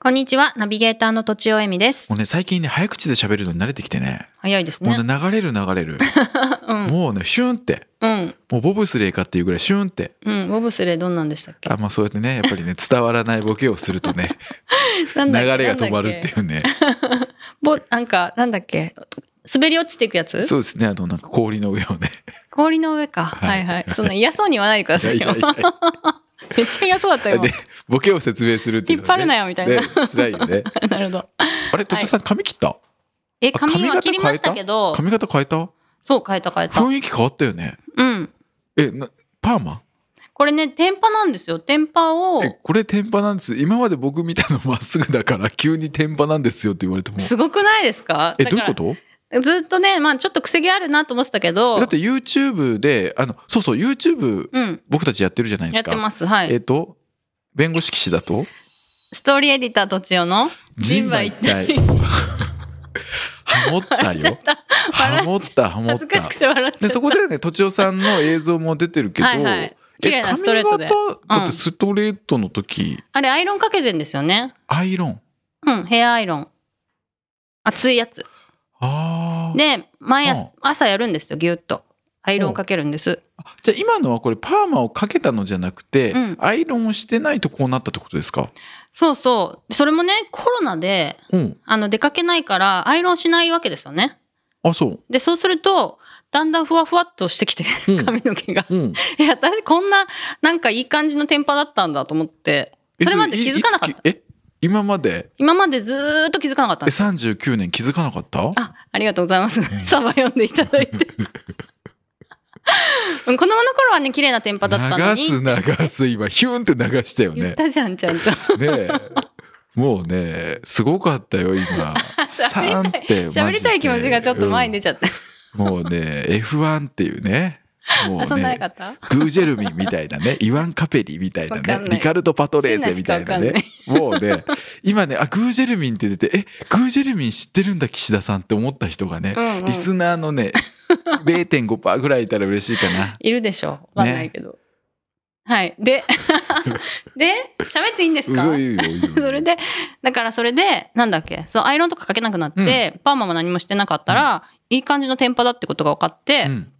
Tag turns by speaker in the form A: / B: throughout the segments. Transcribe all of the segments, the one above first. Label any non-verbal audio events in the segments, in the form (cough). A: こんにちはナビゲーターのとちおえみです
B: もうね最近ね早口で喋るのに慣れてきてね
A: 早いです
B: も
A: ね
B: うね流れる流れる、
A: (laughs) うん
B: もうねシュンって
A: うん
B: もうボブスレーかっていうぐらいシュンって
A: うんボブスレーどんなんでしたっけ
B: あまあそうやってねやっぱ
A: (laughs)
B: りね伝わらないボケをするとね
A: な
B: 流
A: んだっけ
B: れが止まるっていうね
A: ぼなんかなんだっけ滑り落ちていくやつ
B: そうですねあのなんか氷の上をね
A: 氷の上か、は、
B: はいい
A: はいそんな嫌そうに言わないでくださいよ
B: いやいやい
A: めっちゃ嫌そうだったよ
B: でボケを説明するっていう
A: 引っ
B: のはね、
A: 張るな
B: よ
A: よみたいな、
B: 辛いよね
A: なるほど
B: あれ土地さん髪切った、
A: え
B: あ
A: 髪
B: 髪
A: は
B: 型
A: 切りましたけど
B: 髪型変えた
A: そう変えた変えた
B: 雰囲気変わったよね
A: うん
B: えなパーマ
A: これね天パなんですよ天パを
B: えこれ天パなんです今まで僕見たのまっすぐだから急に天パなんですよって言われても
A: すごくないですか
B: え
A: だ
B: ど
A: か
B: ういう
A: ら
B: こと
A: ずっとねまあちょっと癖毛あるなと思ってたけど
B: だって YouTube であのそうそう YouTube
A: うん
B: 僕たちやってるじゃないで
A: やっ
B: すか
A: てますはい
B: えっ、と弁護士騎士だと
A: ストーリーエディターとちおの人馬一体
B: 人馬一体ハモった
A: 笑っちゃ
B: よ
A: った
B: ハモったハモっ
A: 恥
B: た
A: ずかしくて笑っちゃ
B: で
A: った
B: そこでねとちおさんの映像も出てるけど
A: はいはい綺麗な
B: え
A: ストレートで
B: 髪型だっ
A: うん
B: てストレートの時、
A: あれアイロンかけてんですよね
B: アイロン
A: うんヘアアイロン熱いやつ
B: あー
A: で毎
B: うん
A: 朝朝やるんですよギュッとアイロンかけるんです
B: じゃあ今のはこれパーマをかけたのじゃなくて、
A: うん
B: アイロンをしてないとこうなったってことですか
A: そうそうそれもねコロナで
B: うん
A: あの出かけないからアイロンしないわけですよね
B: あそう
A: でそうするとだんだんふわふわっとしてきて (laughs)
B: うん
A: 髪の毛が
B: うん
A: いや私こんななんかいい感じのテンパだったんだと思って
B: え
A: それまで気づかなかった
B: いいつきえ今まで
A: 今までずーっと気づかなかったん
B: え
A: です
B: 39年気づかなかった
A: あありがとうございますサバ読んでいただいてうん子供の頃はね綺麗なテンパだったのに
B: 流す流す今ヒュンって流したよ
A: 言っ
B: ね
A: たじゃんちゃ
B: (laughs)
A: んと
B: ねえもうねすごかったよ今
A: (laughs) 喋りた
B: 3
A: い
B: ってマジで
A: 喋りたい気持ちがちょっと前に出ちゃった、
B: うんもうね F1 っていうねも
A: あそ
B: うん
A: なな
B: ね
A: かった
B: グージェルミンみたいなね、イワン・カペリみたいな
A: わ
B: ね
A: かんない
B: リカルド・パトレーゼみたいなね
A: セナし
B: もうね、今ね、あ、グージェルミンって出て、え、グージェルミン知ってるんだ、岸田さんって思った人がね、
A: うんうん
B: リスナーのね、0.5%ぐらいいたら嬉しいかな。
A: いるでしょわかんないけど、はいで (laughs) で喋っていいんですか
B: 嘘言うよ。嘘言うよ
A: (laughs) それでだからそれでなんだっけそうアイロンとかかけなくなって、パーマも何もしてなかったら、いい感じのテンパだってことが分かって、
B: うん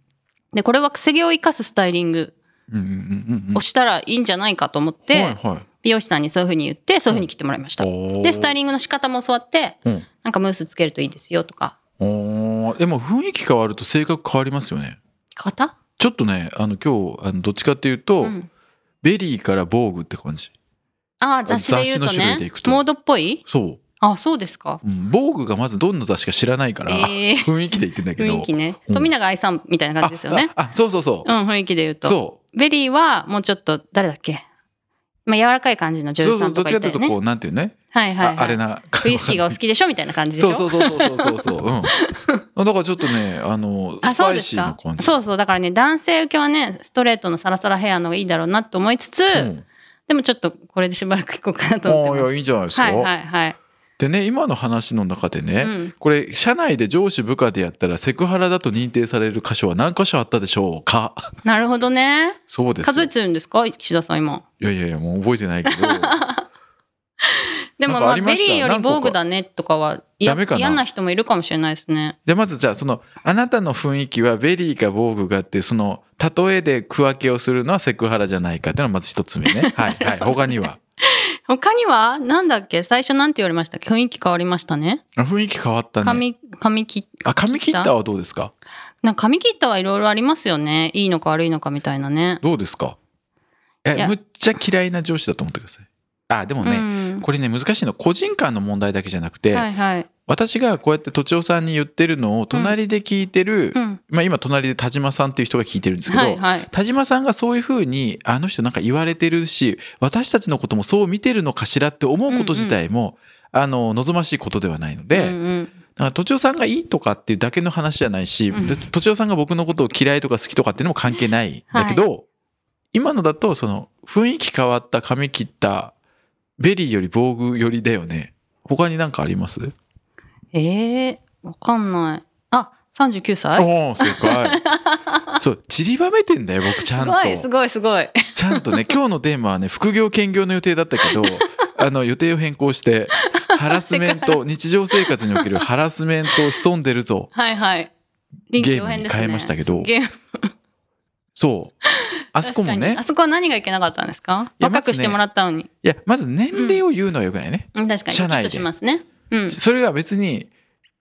A: でこれは癖毛を生かすスタイリング
B: うんうんうんうん
A: をしたらいいんじゃないかと思って、
B: はいはい
A: 美容師さんにそういうふうに言ってそういうふうに切ってもらいました、
B: おー
A: でスタイリングの仕方も教わって
B: うん
A: なんかムースつけるといいですよとか
B: おーでも雰囲気変わると性格変わりますよね。
A: 型
B: ちょっとね、あの今日あのどっちかっていうと、
A: うん、
B: ベリーから防具って感じ。
A: ああ雑誌で言うと
B: 雑誌の種
A: ね
B: 類でいくと
A: モードっぽい
B: そう。
A: あそうですか
B: うん、防具がまずどんな雑誌か知らないから、
A: えー
B: (laughs) 雰囲気で言ってんだけど
A: 雰囲気ね
B: うん
A: 富永愛さんみたいな感じですよね
B: あああそうそうそう
A: う、ん雰囲気で言うと
B: そ
A: ベリーはもうちょっと誰だっけまあ柔らかい感じの
B: う
A: 女
B: そうそ
A: 優さ
B: う、
A: ん
B: ど
A: と
B: っち
A: か
B: か
A: い
B: って
A: た
B: いう
A: よ
B: と
A: ね
B: こうなんていうね、
A: はいはい、
B: ああ
A: は
B: れ
A: い、
B: な
A: ウイスキーがお好きでしょみたいな感じでし
B: そう
A: ょ
B: そうそうそうそうそうそう、うん、だからちょっとねあのス
A: あそ
B: パ
A: うで
B: イ
A: す
B: シーな
A: か
B: 感じ
A: そうそうだからね男性受けはねストレートのサラサラヘアの方がいいだろうなと思いつつ、
B: うん
A: でもちょっとこれでしばらくいこうかなと思
B: あ
A: っ
B: あいや
A: てます
B: いいんじゃないですか、
A: はいはいはい
B: でね今の話の中でね、
A: うん
B: これ社内で上司部下でやったらセクハラだと認定される箇所は何箇所あったでしょうか (laughs)
A: なるほどね
B: そうです
A: 数
B: よ
A: え
B: い
A: てるんですか岸田さん今
B: やいやいやもう覚えてないけど
A: でも
B: なんか
A: まあ
B: ありま
A: ベ
B: した
A: リーより
B: 何個か
A: 防具だねとかは嫌
B: ダメかな
A: 嫌な人もいるかもしれないですね
B: でまずじゃあそのあなたの雰囲気はベリーか防具があってその例えで区分けをするのはセクハラじゃないかっていうのがまず一つ目
A: (laughs)
B: ねはいはい他には
A: 他にはなんだっけ最初なんて言われましたっけ雰囲気変わりましたね
B: あ雰囲気変わったね
A: 髪髪切
B: あ髪切ったはどうですか
A: なんか髪切ったはいろいろありますよねいいのか悪いのかみたいなね
B: どうですか
A: い
B: え
A: や
B: むっちゃ嫌いな上司だと思ってくださいあでも
A: う
B: ね、
A: ん、
B: これね難しいの個人間の問題だけじゃなくて、
A: はいはい
B: 私がこうやってとちおさんに言ってるのを隣で聞いてる、
A: うん
B: まあ、今隣で田島さんっていう人が聞いてるんですけど、
A: はいはい
B: 田島さんがそういうふうにあの人なんか言われてるし私たちのこともそう見てるのかしらって思うこと自体も、あの望ましいことではないので、
A: うんうん
B: からとちおさんがいいとかっていうだけの話じゃないし、
A: うん
B: でとちおさんが僕のことを嫌いとか好きとかっていうのも関係ない。だけど、今のだと、その、雰囲気変わった、髪切った、ベリーより防具よりだよね。他になんかあります、
A: ええわかんない。あ、三十九歳。
B: おお、正
A: (laughs)
B: 解。そう、散りばめてんだよ、僕ちゃ
A: す
B: んと。
A: ごいすごいすごい。 (laughs)
B: ちゃんとね、今日のテーマはね、副業兼業の予定だったけ
A: (laughs)
B: ど、あの、予定を変更して、ハラスメン
A: (laughs)
B: ト、日常生活におけるハラスメントを潜んでるぞ。
A: はいはい。臨機応変ですね
B: ゲームに変えましたけど
A: ゲーム
B: そう。あそこも
A: 確か
B: ね
A: にあ、そこは何がいけなかったんですか？
B: いや
A: 若くしてもらったのに。
B: いや、まず年齢を言うのはよくないね。
A: うん確かに。
B: 社
A: き
B: 内
A: っ
B: で
A: としますね。うん。
B: それが別に、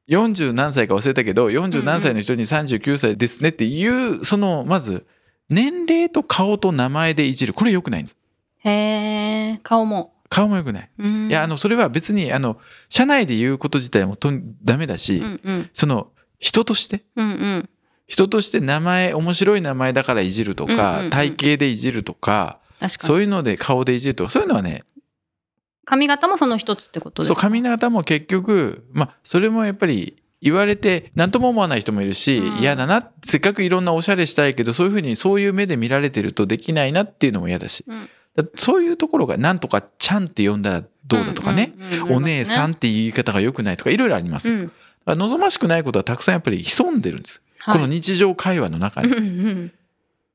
B: 40何歳か忘れたけど、40何歳の人に39歳ですねっていう、その、まず、年齢と顔と名前でいじる。これ良くないんです。
A: へえ、顔も。
B: 顔も良くない。
A: うん。
B: いや、あの、それは別に、あの、社内で言うこと自体もとんダメだし、
A: うんうん
B: その、人として、
A: うんうん。
B: 人として名前面白い名前だからいじるとか、
A: うんうんうん
B: 体型でいじるとか
A: 確か
B: そ
A: に。
B: ういうので顔でいじるとかそういうのはね
A: 髪型もその一つってことです
B: そう
A: か。
B: 髪型も結局まあそれもやっぱり言われて何とも思わない人もいるし、
A: うん
B: 嫌だなせっかくいろんなおしゃれしたいけどそういうふうにそういう目で見られてるとできないなっていうのも嫌だし、
A: うん
B: だそういうところがなんとか「ちゃん」って呼んだらどうだとかね、
A: うんうんうん。
B: お姉さん
A: ん。
B: っていう言い方が良くないとかいろいろあります、
A: う
B: だ
A: ん。
B: から望ましくないことはたくさんやっぱり潜んでるんです、この
A: はい
B: 日常会話の中に。
A: うんうん。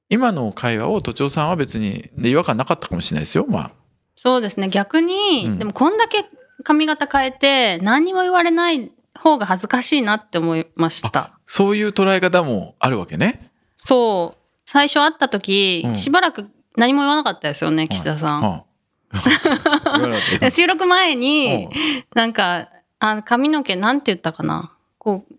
B: 今の会話を都庁さんは別にで違和感なかったかもしれないですよまあ
A: そうですね逆に、
B: うん
A: でもこんだけ髪型変えて何にも言われない方が恥ずかしいなって思いました
B: そういう捉え方もあるわけね
A: そう最初会った時、
B: うん
A: しばらく何も言わなかったですよね岸田さん、
B: ああ
A: (laughs)
B: 言わなかった
A: で収録前
B: う
A: に、
B: ん
A: なんかあ髪の毛なんて言ったかなこう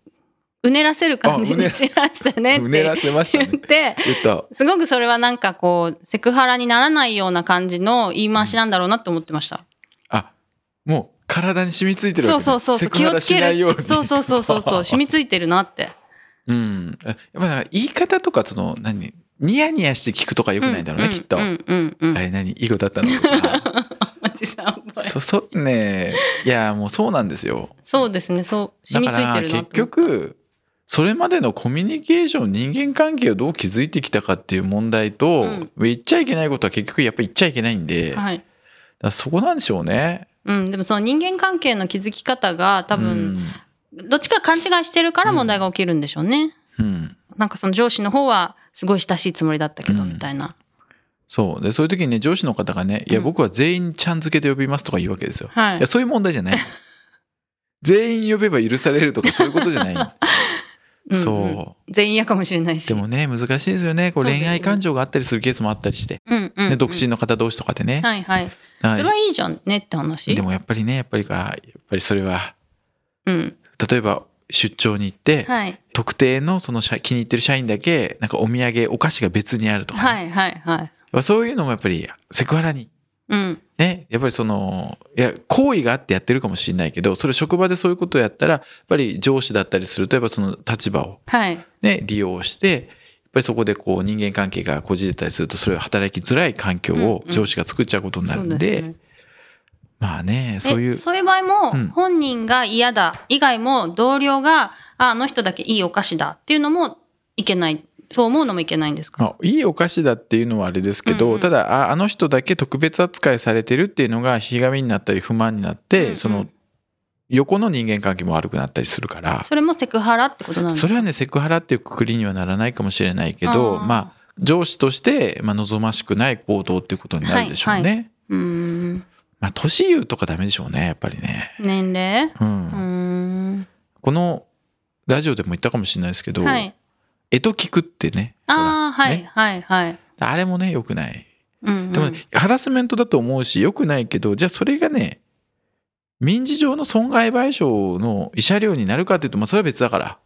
A: うねらせる感じ
B: あうね
A: に
B: ら
A: しましたね
B: う
A: っ
B: ね
A: て
B: らせました
A: 言っ
B: ね
A: て
B: 言った
A: すごくそれはなんかこうセクハラにならないような感じの言い回しなんだろうなって思ってました、
B: あもう体に染みついてるわ
A: そ
B: け
A: う
B: ね
A: そうそうそ
B: セ
A: う
B: ク
A: 気
B: ハ
A: を
B: ラ
A: つ
B: し
A: け
B: ないよう
A: る
B: に
A: そうそうそうそ
B: (laughs)
A: うそう染みついてるなって
B: うんやっぱだから言い方とかその何ニヤニヤして聞くとかよくないんだろうね、きっと、
A: うんうんうんうん
B: あ
A: (laughs)
B: れ何いいことあったのとか
A: おじさんっぽい
B: そそねいやもうそうなんですよ
A: そうですねそう
B: だ
A: 染
B: か
A: みついて
B: ら
A: るな
B: 結
A: と思う
B: 局それまでのコミュニケーション人間関係をどう築いてきたかっていう問題と、
A: うん
B: 言っちゃいけないことは結局やっぱり言っちゃいけないんで、だか
A: はい
B: らそこなんでしょうね。
A: うん、でもその人間関係の築き方が多分、
B: う
A: どっちか勘違いしてるから問題が起きるんでしょうね、
B: ん、うん
A: なんかその上司の方はすごい親しいつもりだったけど
B: うん
A: みたいな、
B: そうでそういう時にね上司の方がね「いや
A: うん
B: 僕は全員ちゃん付けで呼びます」とか言うわけですよ。
A: はいい
B: やそういう問題じゃ
A: (laughs)
B: ない。全員呼べば許されるとかそういうことじゃ
A: (laughs)
B: ない。
A: うんうん
B: そ
A: 全員嫌かもしれないし
B: うでもね難しいですよねこう
A: そうですね
B: 恋愛感情があったりするケースもあったりして、
A: うんうんうん、
B: ね、独身の方同士とかでね。
A: はいはい
B: だから
A: それはいいじゃんねって話
B: でもやっぱりねやっぱりかやっぱりそれは
A: うん
B: 例えば出張に行って、
A: はい
B: 特定のその社気に入ってる社員だけなんかお土産お菓子が別にあるとかね、
A: はいはいはい
B: まあそういうのもやっぱりセクハラに
A: うん
B: ねやっぱりそのいや行為があってやってるかもしれないけどそれ職場でそういうことをやったらやっぱり上司だったりするとやっぱその立場を
A: はい
B: ね利用してやっぱりそこでこう人間関係がこじれたりするとそれは働きづらい環境を
A: うんうん
B: 上司が作っちゃうことにな
A: そ
B: る
A: うんで
B: で,、
A: すね
B: まあねそうい
A: え
B: う
A: そういう場合も、
B: うん
A: 本人が嫌だ以外も同僚がああの人だけいいお菓子だっていうのもいけないそう思うのもいけないんですか、
B: まあ、いいお菓子だっていうのはあれですけど、
A: うんうん
B: ただああの人だけ特別扱いされてるっていうのがひがみになったり不満になって、
A: うんうん
B: その横の人間関係も悪くなったりするから
A: それもセクハラってことなんです
B: そ
A: か
B: れはねセクハラっていうくくりにはならないかもしれないけど
A: あー
B: まあ上司として、まあ、望ましくない行動っていうことになるでしょうね。
A: はいうーん
B: まあ年言うとかダメでしょうねやっぱりね。
A: 年齢
B: うん
A: うーん
B: このラジオでも言ったかもしれないですけど、
A: はい
B: えと聞くってね
A: ああ、
B: ほら
A: はい
B: ね
A: はいはい
B: あれもね良くない。
A: うん、うん、
B: でもね、ハラスメントだと思うし良くないけどじゃあそれがね民事上の損害賠償の慰謝料になるかっていうと、まあ、それは別だから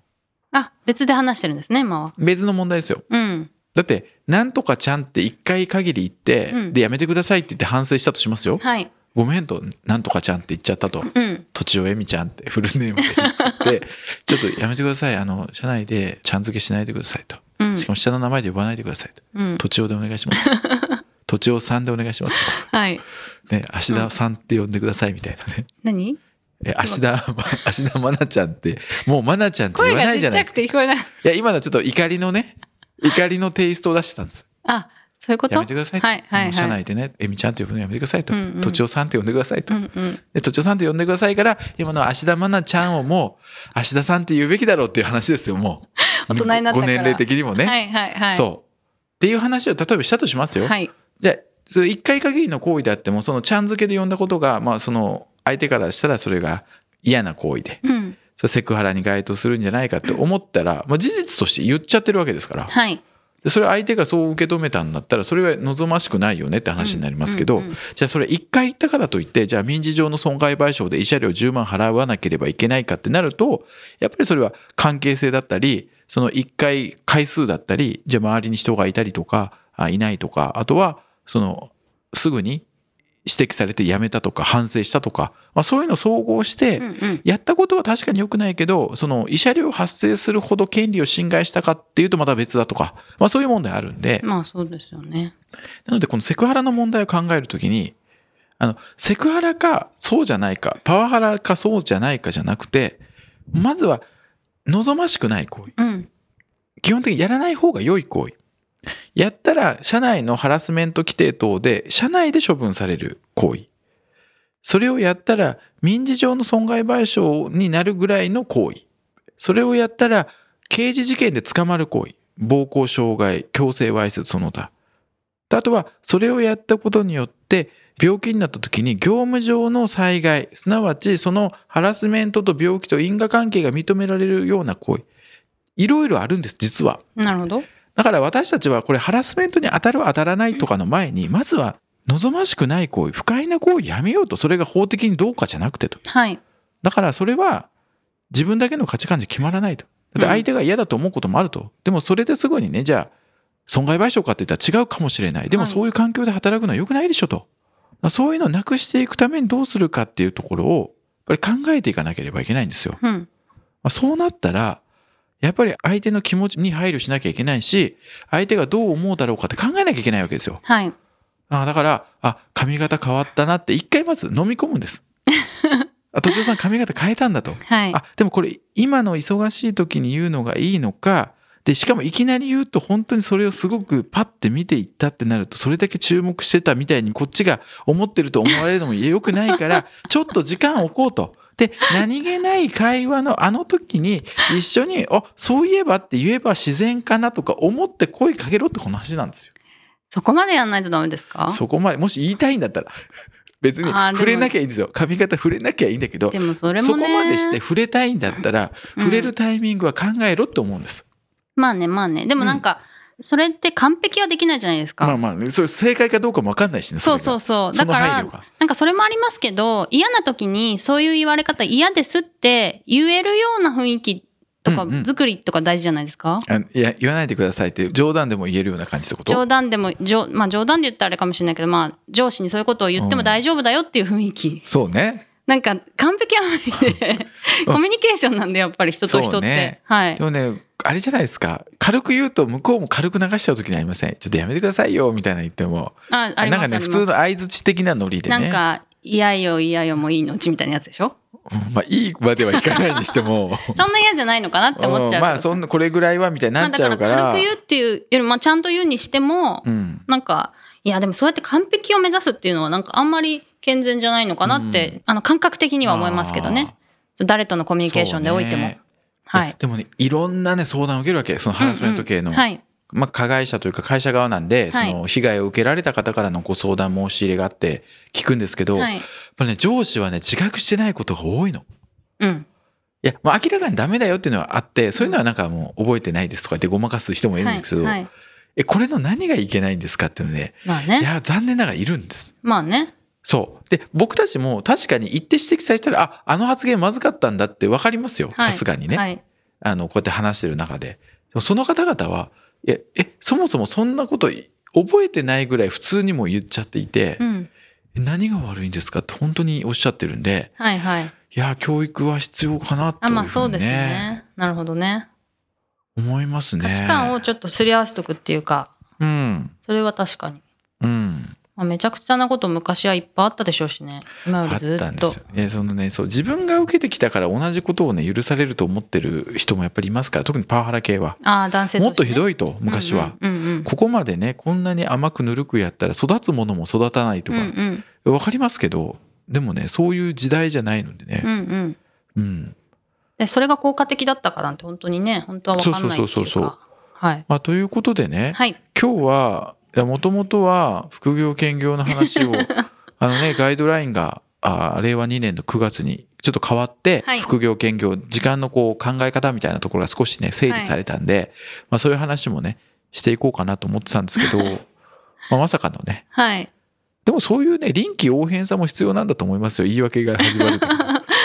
A: あ別で話してるんですね今は
B: 別の問題ですよ
A: うん
B: だって「なんとかちゃん」って1回限り言って、
A: うん
B: でやめてくださいって言って反省したとしますよ
A: はい
B: 「ごめん」と「なんとかちゃん」って言っちゃったと
A: うん
B: 「とちおえみちゃん」ってフルネームで言っちゃって
A: (laughs)
B: ちょっとやめてくださいあの社内でちゃん付けしないでくださいと
A: うん
B: しかも下の名前で呼ばないでくださいと
A: う
B: 「
A: ん
B: とちおでお願いします」と
A: (laughs)
B: 「とちおさんでお願いします」と
A: はい
B: ね、芦田さんって呼んでくださいみたいなね、
A: 何
B: え芦田 (laughs) 芦田愛菜ちゃんってもう愛菜ちゃんって言
A: 声
B: わな
A: が
B: い
A: ち
B: じ
A: っ
B: ゃ
A: ち
B: ないです
A: ゃく
B: か
A: て聞こえない。
B: いや今のちょっと怒りのね怒りのテイストを出してたんです
A: あ、そういうこと
B: やめてくださいと、
A: はいはいはい
B: その社内でね「えみちゃん」と呼ぶのやめてくださいと
A: うんう
B: 「
A: ん
B: とちおさん」って呼んでくださいと
A: う、んうん。
B: で、都庁さんって呼んでくださいから、今の芦田愛菜ちゃんをもう、芦田さんって言うべきだろうっていう話ですよ、もう。
A: 大人になったから
B: ご年齢的にもね。
A: はいはいはい。
B: そう。っていう話を例えばしたとしますよ。
A: はい。
B: じゃあ、それ一回限りの行為であっても、そのちゃん付けで呼んだことが、まあ、その、相手からしたらそれが嫌な行為で、
A: うん。
B: それセクハラに該当するんじゃないかって思ったら、まあ、事実として言っちゃってるわけですから。
A: はい。
B: でそれ相手がそう受け止めたんだったら、それは望ましくないよねって話になりますけど、
A: うんうんうん
B: じゃあそれ一回言ったからといって、じゃあ民事上の損害賠償で慰謝料10万払わなければいけないかってなると、やっぱりそれは関係性だったり、その一回回数だったり、じゃあ周りに人がいたりとか、あいないとか、あとは、その、すぐに指摘されてやめたとか反省したとか、まあそういうのを総合して、
A: うんうん。
B: やったことは確かに良くないけど、その、慰謝料発生するほど権利を侵害したかっていうとまた別だとか、まあそういう問題あるんで、
A: まあそうですよね。
B: なのでこのセクハラの問題を考えるときに、あの、セクハラかそうじゃないか、パワハラかそうじゃないかじゃなくて、まずは望ましくない行為。
A: うん。
B: 基本的にやらない方が良い行為。やったら社内のハラスメント規定等で社内で処分される行為。それをやったら民事上の損害賠償になるぐらいの行為。それをやったら刑事事件で捕まる行為。暴行傷害、強制わいせつその他。あとはそれをやったことによって病気になった時に業務上の災害、すなわちそのハラスメントと病気と因果関係が認められるような行為。いろいろあるんです、実は。
A: なるほど。
B: だから私たちはこれハラスメントに当たる当たらないとかの前に、まずは望ましくない行為、不快な行為やめようと、それが法的にどうかじゃなくてと。
A: はい。
B: だからそれは自分だけの価値観じゃ決まらないと。だって相手が嫌だと思うこともあると。でもそれですぐにね、じゃあ損害賠償かって言ったら違うかもしれない。でも
A: はい
B: そういう環境で働くのは良くないでしょと。そういうのをなくしていくためにどうするかっていうところを、やっぱり考えていかなければいけないんですよ。
A: うん。
B: まあ、そうなったら、やっぱり相手の気持ちに配慮しなきゃいけないし、相手がどう思うだろうかって考えなきゃいけないわけですよ。
A: はい。
B: あだから、あ、髪型変わったなって一回まず飲み込むんです。あ、途中さん髪型変えたんだと。
A: はい。
B: あ、でもこれ今の忙しい時に言うのがいいのか、で、しかもいきなり言うと本当にそれをすごくパッて見ていったってなると、それだけ注目してたみたいにこっちが思ってると思われるのも良くない
A: (laughs)
B: から、ちょっと時間を置こうと。で、何気ない会話のあの時に一緒に、あ、そういえばって言えば自然かなとか思って声かけろってこの話なんですよ。
A: そこまでやんないとダメですか
B: そこまで、もし言いたいんだったら。別に
A: あーでも
B: 触れなきゃいいんですよ。髪型触れなきゃいいんだけど、
A: でもそれ
B: そ
A: も
B: こ
A: ね。
B: までして触れたいんだったら、
A: うん
B: 触れるタイミングは考えろって思うんです。
A: まあねまあね。でもなんか、それって完璧はできないじゃないですか。
B: まあまあ、ね、それ正解かどうかもわかんないしね。
A: そうそううそう。だから、
B: が
A: なんかそれもありますけど、嫌な時にそういう言われ方嫌ですって言えるような雰囲気とか
B: うんうん
A: 作りとか大事じゃないですか、
B: あいや言わないでくださいって冗談でも言えるような感じってこと
A: 冗談でも、冗まあ冗談で言ったらあれかもしれないけど、まあ上司にそういうことを言っても大丈夫だよっていう雰囲気。
B: そうね。
A: なんか完璧は無理で、
B: (laughs) うん
A: コミュニケーションなんでやっぱり人と人
B: そ
A: っ
B: う
A: て。
B: ね
A: はい
B: で。もね、あれじゃないですか。軽く言うと向こうも軽く流しちゃう時にありません。ちょっとやめてくださいよみたいな言っても、
A: あ、あり
B: なん
A: ま
B: か
A: す、
B: ね
A: あり
B: 普
A: ます
B: 通の相槌的なノリでね。
A: なんか、嫌よ嫌よもいいのうちみたいなやつでしょ
B: うんまあいいまではいかないにして
A: (laughs)
B: も。
A: そんな嫌じゃないのかなって思っちゃうけど
B: んまあそんなこれぐらいはみたいに
A: ま
B: な
A: あ
B: っ
A: だ
B: ちゃ
A: か
B: う
A: ら
B: から。
A: 軽く言うっていうよりも、まあ、ちゃんと言うにしても、
B: うん。
A: なんかいやでもそうやって完璧を目指すっていうのはなんかあんまり健全じゃないのかなって、
B: うん
A: あの感覚的には思いますけどねそう誰とのコ
B: コ
A: ミュニケーションでおいても、はい
B: でもねいろんなね相談を受けるわけそのハラスメント系の、
A: うんうんはい
B: まあ、加害者というか会社側なんで、
A: はい
B: その被害を受けられた方からのご相談申し入れがあって聞くんですけど、
A: は
B: やっ
A: い
B: ぱね上司はね自覚してないことが多いの。
A: うん
B: いや、まあ、明らかにダメだよっていうのはあってそういうのはなんかもう覚えてないですとか言ってごまかす人もいるんですけど、
A: はいはい
B: えこれの何がいけないんですかっていうので、
A: まあ
B: い
A: ね
B: や残念ながらいるんです。
A: まあね
B: そう。で、僕たちも確かに言って指摘されたら、あ、あの発言まずかったんだって分かりますよ。
A: はい
B: さすがにね。
A: はい
B: あの、こうやって話してる中で。でもその方々は、いや、え、そもそもそんなことい覚えてないぐらい普通にも言っちゃっていて
A: う、ん
B: え何が悪いんですかって本当におっしゃってるんで、
A: はいはい
B: いや、教育は必要かなと
A: あ
B: いう
A: まあ
B: ふ
A: そうう
B: に
A: ですね
B: ね、
A: なるほどね
B: 思いますね。
A: 価値観をちょっとすり合わせとくっていうか
B: うん、
A: それは確かに
B: うん。
A: まあめちゃくちゃなこと昔はいっぱいあったでしょうしね。今よ
B: あ
A: り
B: っ
A: ず
B: たん
A: っ
B: で
A: と
B: す。よね。そのね、そう、自分が受けてきたから同じことをね、許されると思ってる人もやっぱりいますから、特にパワハラ系は。
A: ああ、男性と
B: もっとひ
A: い
B: どいと、昔は。。
A: うんうんうん
B: ここまでね、こんなに甘くぬるくやったら育つものも育たないと
A: うん。
B: か、
A: うんうん
B: わかりますけど、でもね、そういう時代じゃないのでね
A: う、んうん
B: うん。
A: でそれが効果的だったかなんて本当にね本当は分かんないっていうか
B: そうそうそうそう
A: はい
B: まあ、ということでね、
A: はい
B: 今日は、もともとは副業兼業の話
A: (laughs)
B: を、あのね、ガイドラインが、あ令和2年の9月にちょっと変わって、
A: はい
B: 副業兼業、時間のこう考え方みたいなところが少しね、整理されたんで、まあそういう話もね、していこうかなと思ってたんですけ
A: (laughs)
B: ど、まあまさかのね、
A: はい
B: でもそういうね、臨機応変さも必要なんだと思いますよ。言い訳が始まると
A: (laughs)
B: か。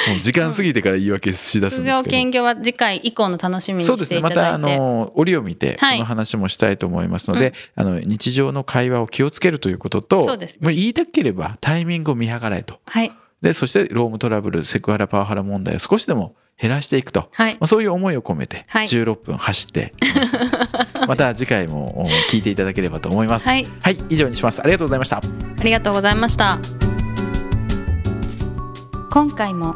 B: もう時間過ぎてから言い訳しだす
A: 副
B: んです
A: 業
B: けど。
A: 兼業は次回以降の楽しみに
B: そうで
A: し
B: す
A: て
B: ね。
A: い
B: ま
A: た
B: た、
A: だ
B: あ
A: いて、
B: の、折を見て、
A: はい
B: その話もしたいと思いますので、あの、日常の会話を気をつけるということと、
A: そうですね
B: もう言いたければタイミングを見計らえと。
A: はい
B: で、そして、ロームトラブル、セクハラ、パワハラ問題を少しでも減らしていくと。
A: はい
B: まあ、そういう思いを込めて、
A: はい
B: 16分走っ
A: (laughs)
B: てきましたので、また次回もお聞いていただければと思います。
A: はい
B: はい、以上にします。ありがとうございました。
A: ありがとうございました
C: 今回も